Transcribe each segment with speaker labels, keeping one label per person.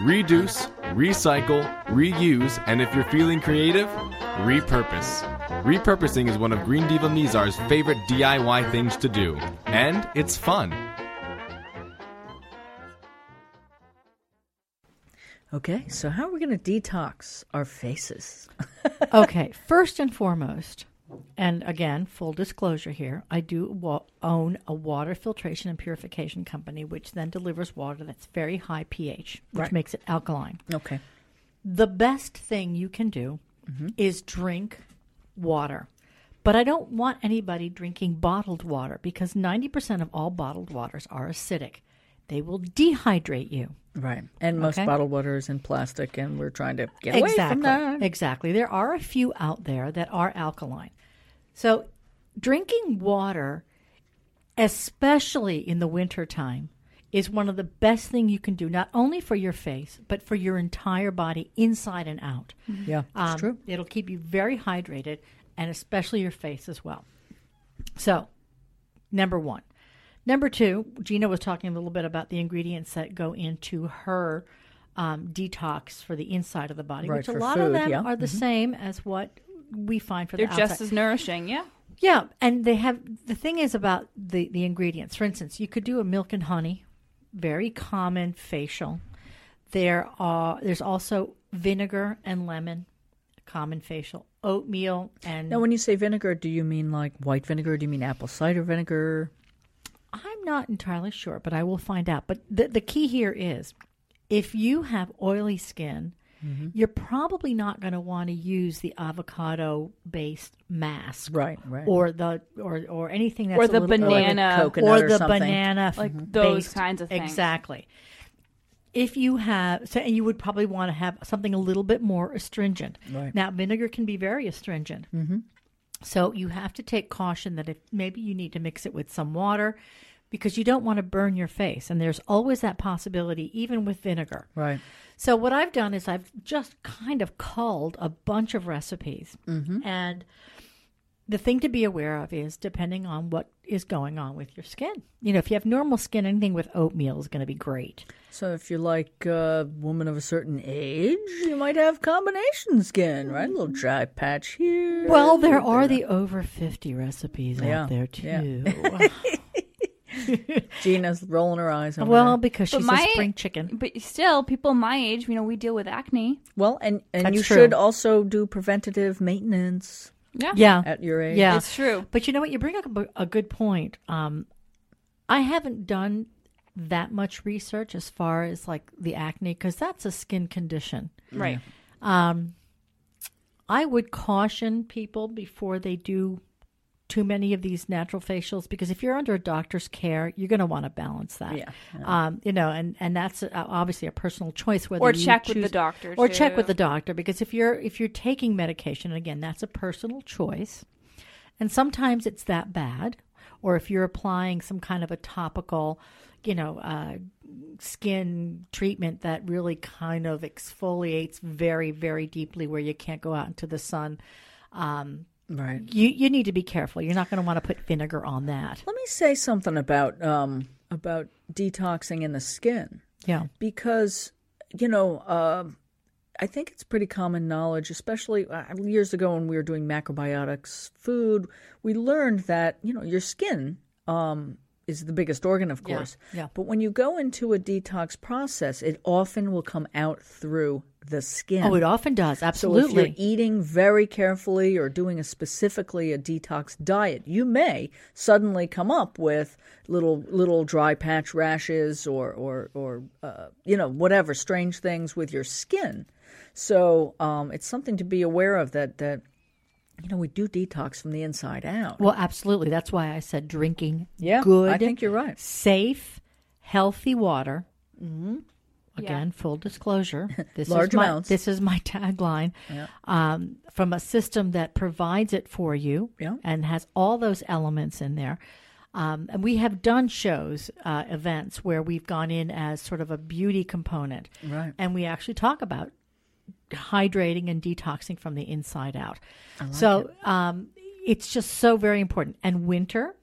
Speaker 1: reduce, recycle, reuse, and if you're feeling creative, repurpose. Repurposing is one of Green Diva Mizar's favorite DIY things to do, and it's fun.
Speaker 2: Okay, so how are we going to detox our faces?
Speaker 3: okay, first and foremost, and again, full disclosure here, I do wa- own a water filtration and purification company, which then delivers water that's very high pH, which
Speaker 2: Right.
Speaker 3: makes it alkaline.
Speaker 2: Okay.
Speaker 3: The best thing you can do is drink water. But I don't want anybody drinking bottled water because 90% of all bottled waters are acidic. They will dehydrate you.
Speaker 2: Right. And most
Speaker 3: Okay.
Speaker 2: bottled water is in plastic, and we're trying to get away from that.
Speaker 3: Exactly. There are a few out there that are alkaline. So drinking water, especially in the wintertime, is one of the best thing you can do, not only for your face, but for your entire body inside and out.
Speaker 2: Yeah, it's
Speaker 3: Um,
Speaker 2: true.
Speaker 3: It'll keep you very hydrated and especially your face as well. So, number one. Number two, Gina was talking a little bit about the ingredients that go into her um, detox for the inside of the body,
Speaker 2: Right,
Speaker 3: which a
Speaker 2: for
Speaker 3: lot
Speaker 2: food,
Speaker 3: of them
Speaker 2: yeah. Mm-hmm.
Speaker 3: are the same as what we find for
Speaker 4: They're
Speaker 3: the
Speaker 4: just
Speaker 3: outside.
Speaker 4: as nourishing, yeah.
Speaker 3: yeah, and they have the thing is about the the ingredients. For instance, you could do a milk and honey, very common facial. There are there's also vinegar and lemon, common facial. Oatmeal and
Speaker 2: Now, when you say vinegar, do you mean like white vinegar? Do you mean apple cider vinegar?
Speaker 3: I'm not entirely sure, but I will find out. But the, the key here is if you have oily skin, you're probably not going to want to use the avocado based mask.
Speaker 2: Right, right.
Speaker 3: Or the or or anything that's
Speaker 4: Or
Speaker 3: a
Speaker 4: the
Speaker 3: little oily.
Speaker 4: banana Banana.
Speaker 2: coconut
Speaker 3: or
Speaker 2: or
Speaker 3: the
Speaker 2: something.
Speaker 3: banana
Speaker 4: Like
Speaker 3: f-
Speaker 4: those
Speaker 3: based-
Speaker 4: kinds of things.
Speaker 3: exactly if you have so and you would probably want to have something a little bit more astringent
Speaker 2: Right.
Speaker 3: now vinegar can be very astringent mm-hmm. so you have to take caution that if maybe you need to mix it with some water because you don't want to burn your face and there's always that possibility even with vinegar
Speaker 2: Right.
Speaker 3: so what I've done is I've just kind of culled a bunch of recipes,
Speaker 2: Mm-hmm.
Speaker 3: and the thing to be aware of is depending on what is going on with your skin. You know, if you have normal skin, anything with oatmeal is going to be great.
Speaker 2: So, if you're like a woman of a certain age, you might have combination skin, right? A little dry patch here.
Speaker 3: Well, there are the over fifty recipes
Speaker 2: Yeah,
Speaker 3: out there
Speaker 2: yeah.
Speaker 3: too.
Speaker 2: Gina's rolling her eyes. Over
Speaker 3: well,
Speaker 2: there.
Speaker 3: because she's
Speaker 4: my-
Speaker 3: a spring chicken.
Speaker 4: But still, people my age, you know, we deal with acne.
Speaker 2: well, and and
Speaker 3: That's
Speaker 2: you
Speaker 3: true.
Speaker 2: should also do preventative maintenance
Speaker 4: Yeah.
Speaker 3: Yeah,
Speaker 2: at your age.
Speaker 3: yeah,
Speaker 4: It's true.
Speaker 3: But you know what? You bring up a, a good point. Um, I haven't done that much research as far as like the acne because that's a skin condition.
Speaker 4: Right.
Speaker 3: I would caution people before they do too many of these natural facials because if you're under a doctor's care, you're going to want to balance that.
Speaker 2: Yeah,
Speaker 3: Um, you know, and and that's uh, obviously a personal choice whether
Speaker 4: Or
Speaker 3: you
Speaker 4: check with the
Speaker 3: choose-
Speaker 4: doctor,
Speaker 3: or check
Speaker 4: too.
Speaker 3: with the doctor because if you're if you're taking medication, and again, that's a personal choice, and sometimes it's that bad, or if you're applying some kind of a topical, you know. Uh, skin treatment that really kind of exfoliates very very deeply where you can't go out into the sun
Speaker 2: right.
Speaker 3: you you need to be careful you're not going to want to put vinegar on that
Speaker 2: Let me say something about um about detoxing in the skin.
Speaker 3: yeah
Speaker 2: because you know uh, i think it's pretty common knowledge especially uh, years ago when we were doing macrobiotics food we learned that you know your skin um, is the biggest organ of
Speaker 3: Yeah,
Speaker 2: course
Speaker 3: yeah.
Speaker 2: but when you go into a detox process it often will come out through the skin
Speaker 3: oh it often does
Speaker 2: so if you're
Speaker 3: absolutely
Speaker 2: eating very carefully or doing a specifically a detox diet, you may suddenly come up with little little dry patch rashes or or or uh, you know whatever strange things with your skin. So um, it's something to be aware of that that you know we do detox from the inside out.
Speaker 3: well absolutely that's why i said drinking
Speaker 2: Yeah, I
Speaker 3: good
Speaker 2: think you're right.
Speaker 3: safe healthy water again full disclosure this
Speaker 2: Mm-hmm. Large
Speaker 3: is my,
Speaker 2: amounts.
Speaker 3: this is my tagline um, from a system that provides it for you
Speaker 2: Yeah.
Speaker 3: and has all those elements in there um, and we have done shows uh, events where we've gone in as sort of a beauty component
Speaker 2: Right.
Speaker 3: and we actually talk about hydrating and detoxing from the inside out so um, it's just so very important and winter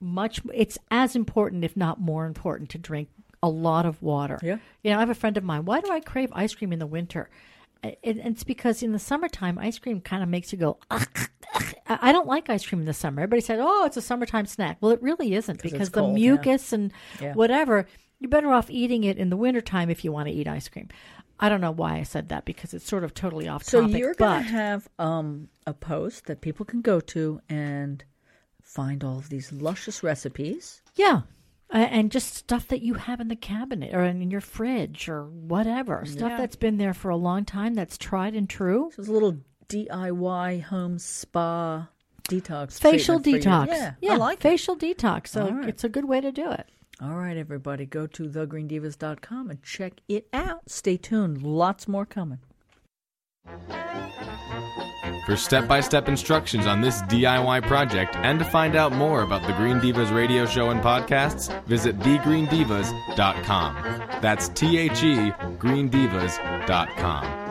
Speaker 3: much it's as important if not more important to drink a lot of water.
Speaker 2: Yeah.
Speaker 3: You know, I have a friend of mine. Why do I crave ice cream in the winter? I- It, it's because in the summertime, ice cream kind of makes you go. "Ugh, ugh." I I don't like ice cream in the summer. Everybody said, "Oh, it's a summertime snack." Well, it really isn't because the
Speaker 2: cold, yeah.
Speaker 3: mucus and whatever. You're better off eating it in the wintertime if you want to eat ice cream. I don't know why I said that because it's sort of totally off
Speaker 2: So
Speaker 3: topic.
Speaker 2: you're
Speaker 3: but
Speaker 2: going to have um, a post that people can go to and find all of these luscious recipes.
Speaker 3: Yeah. Uh, and just stuff that you have in the cabinet or in your fridge or whatever. Stuff that's been there for a long time that's tried and true.
Speaker 2: So it's a little DIY home spa detox.
Speaker 3: Facial
Speaker 2: treatment for
Speaker 3: detox.
Speaker 2: you. Yeah, I like it.
Speaker 3: facial detox. So it's a good way to do it.
Speaker 2: All right, everybody, go to thegreendivas.com and check it out. Stay tuned. Lots more coming.
Speaker 1: For step by step instructions on this DIY project and to find out more about the Green Divas radio show and podcasts, visit thegreendivas.com. That's T H E, greendivas.com.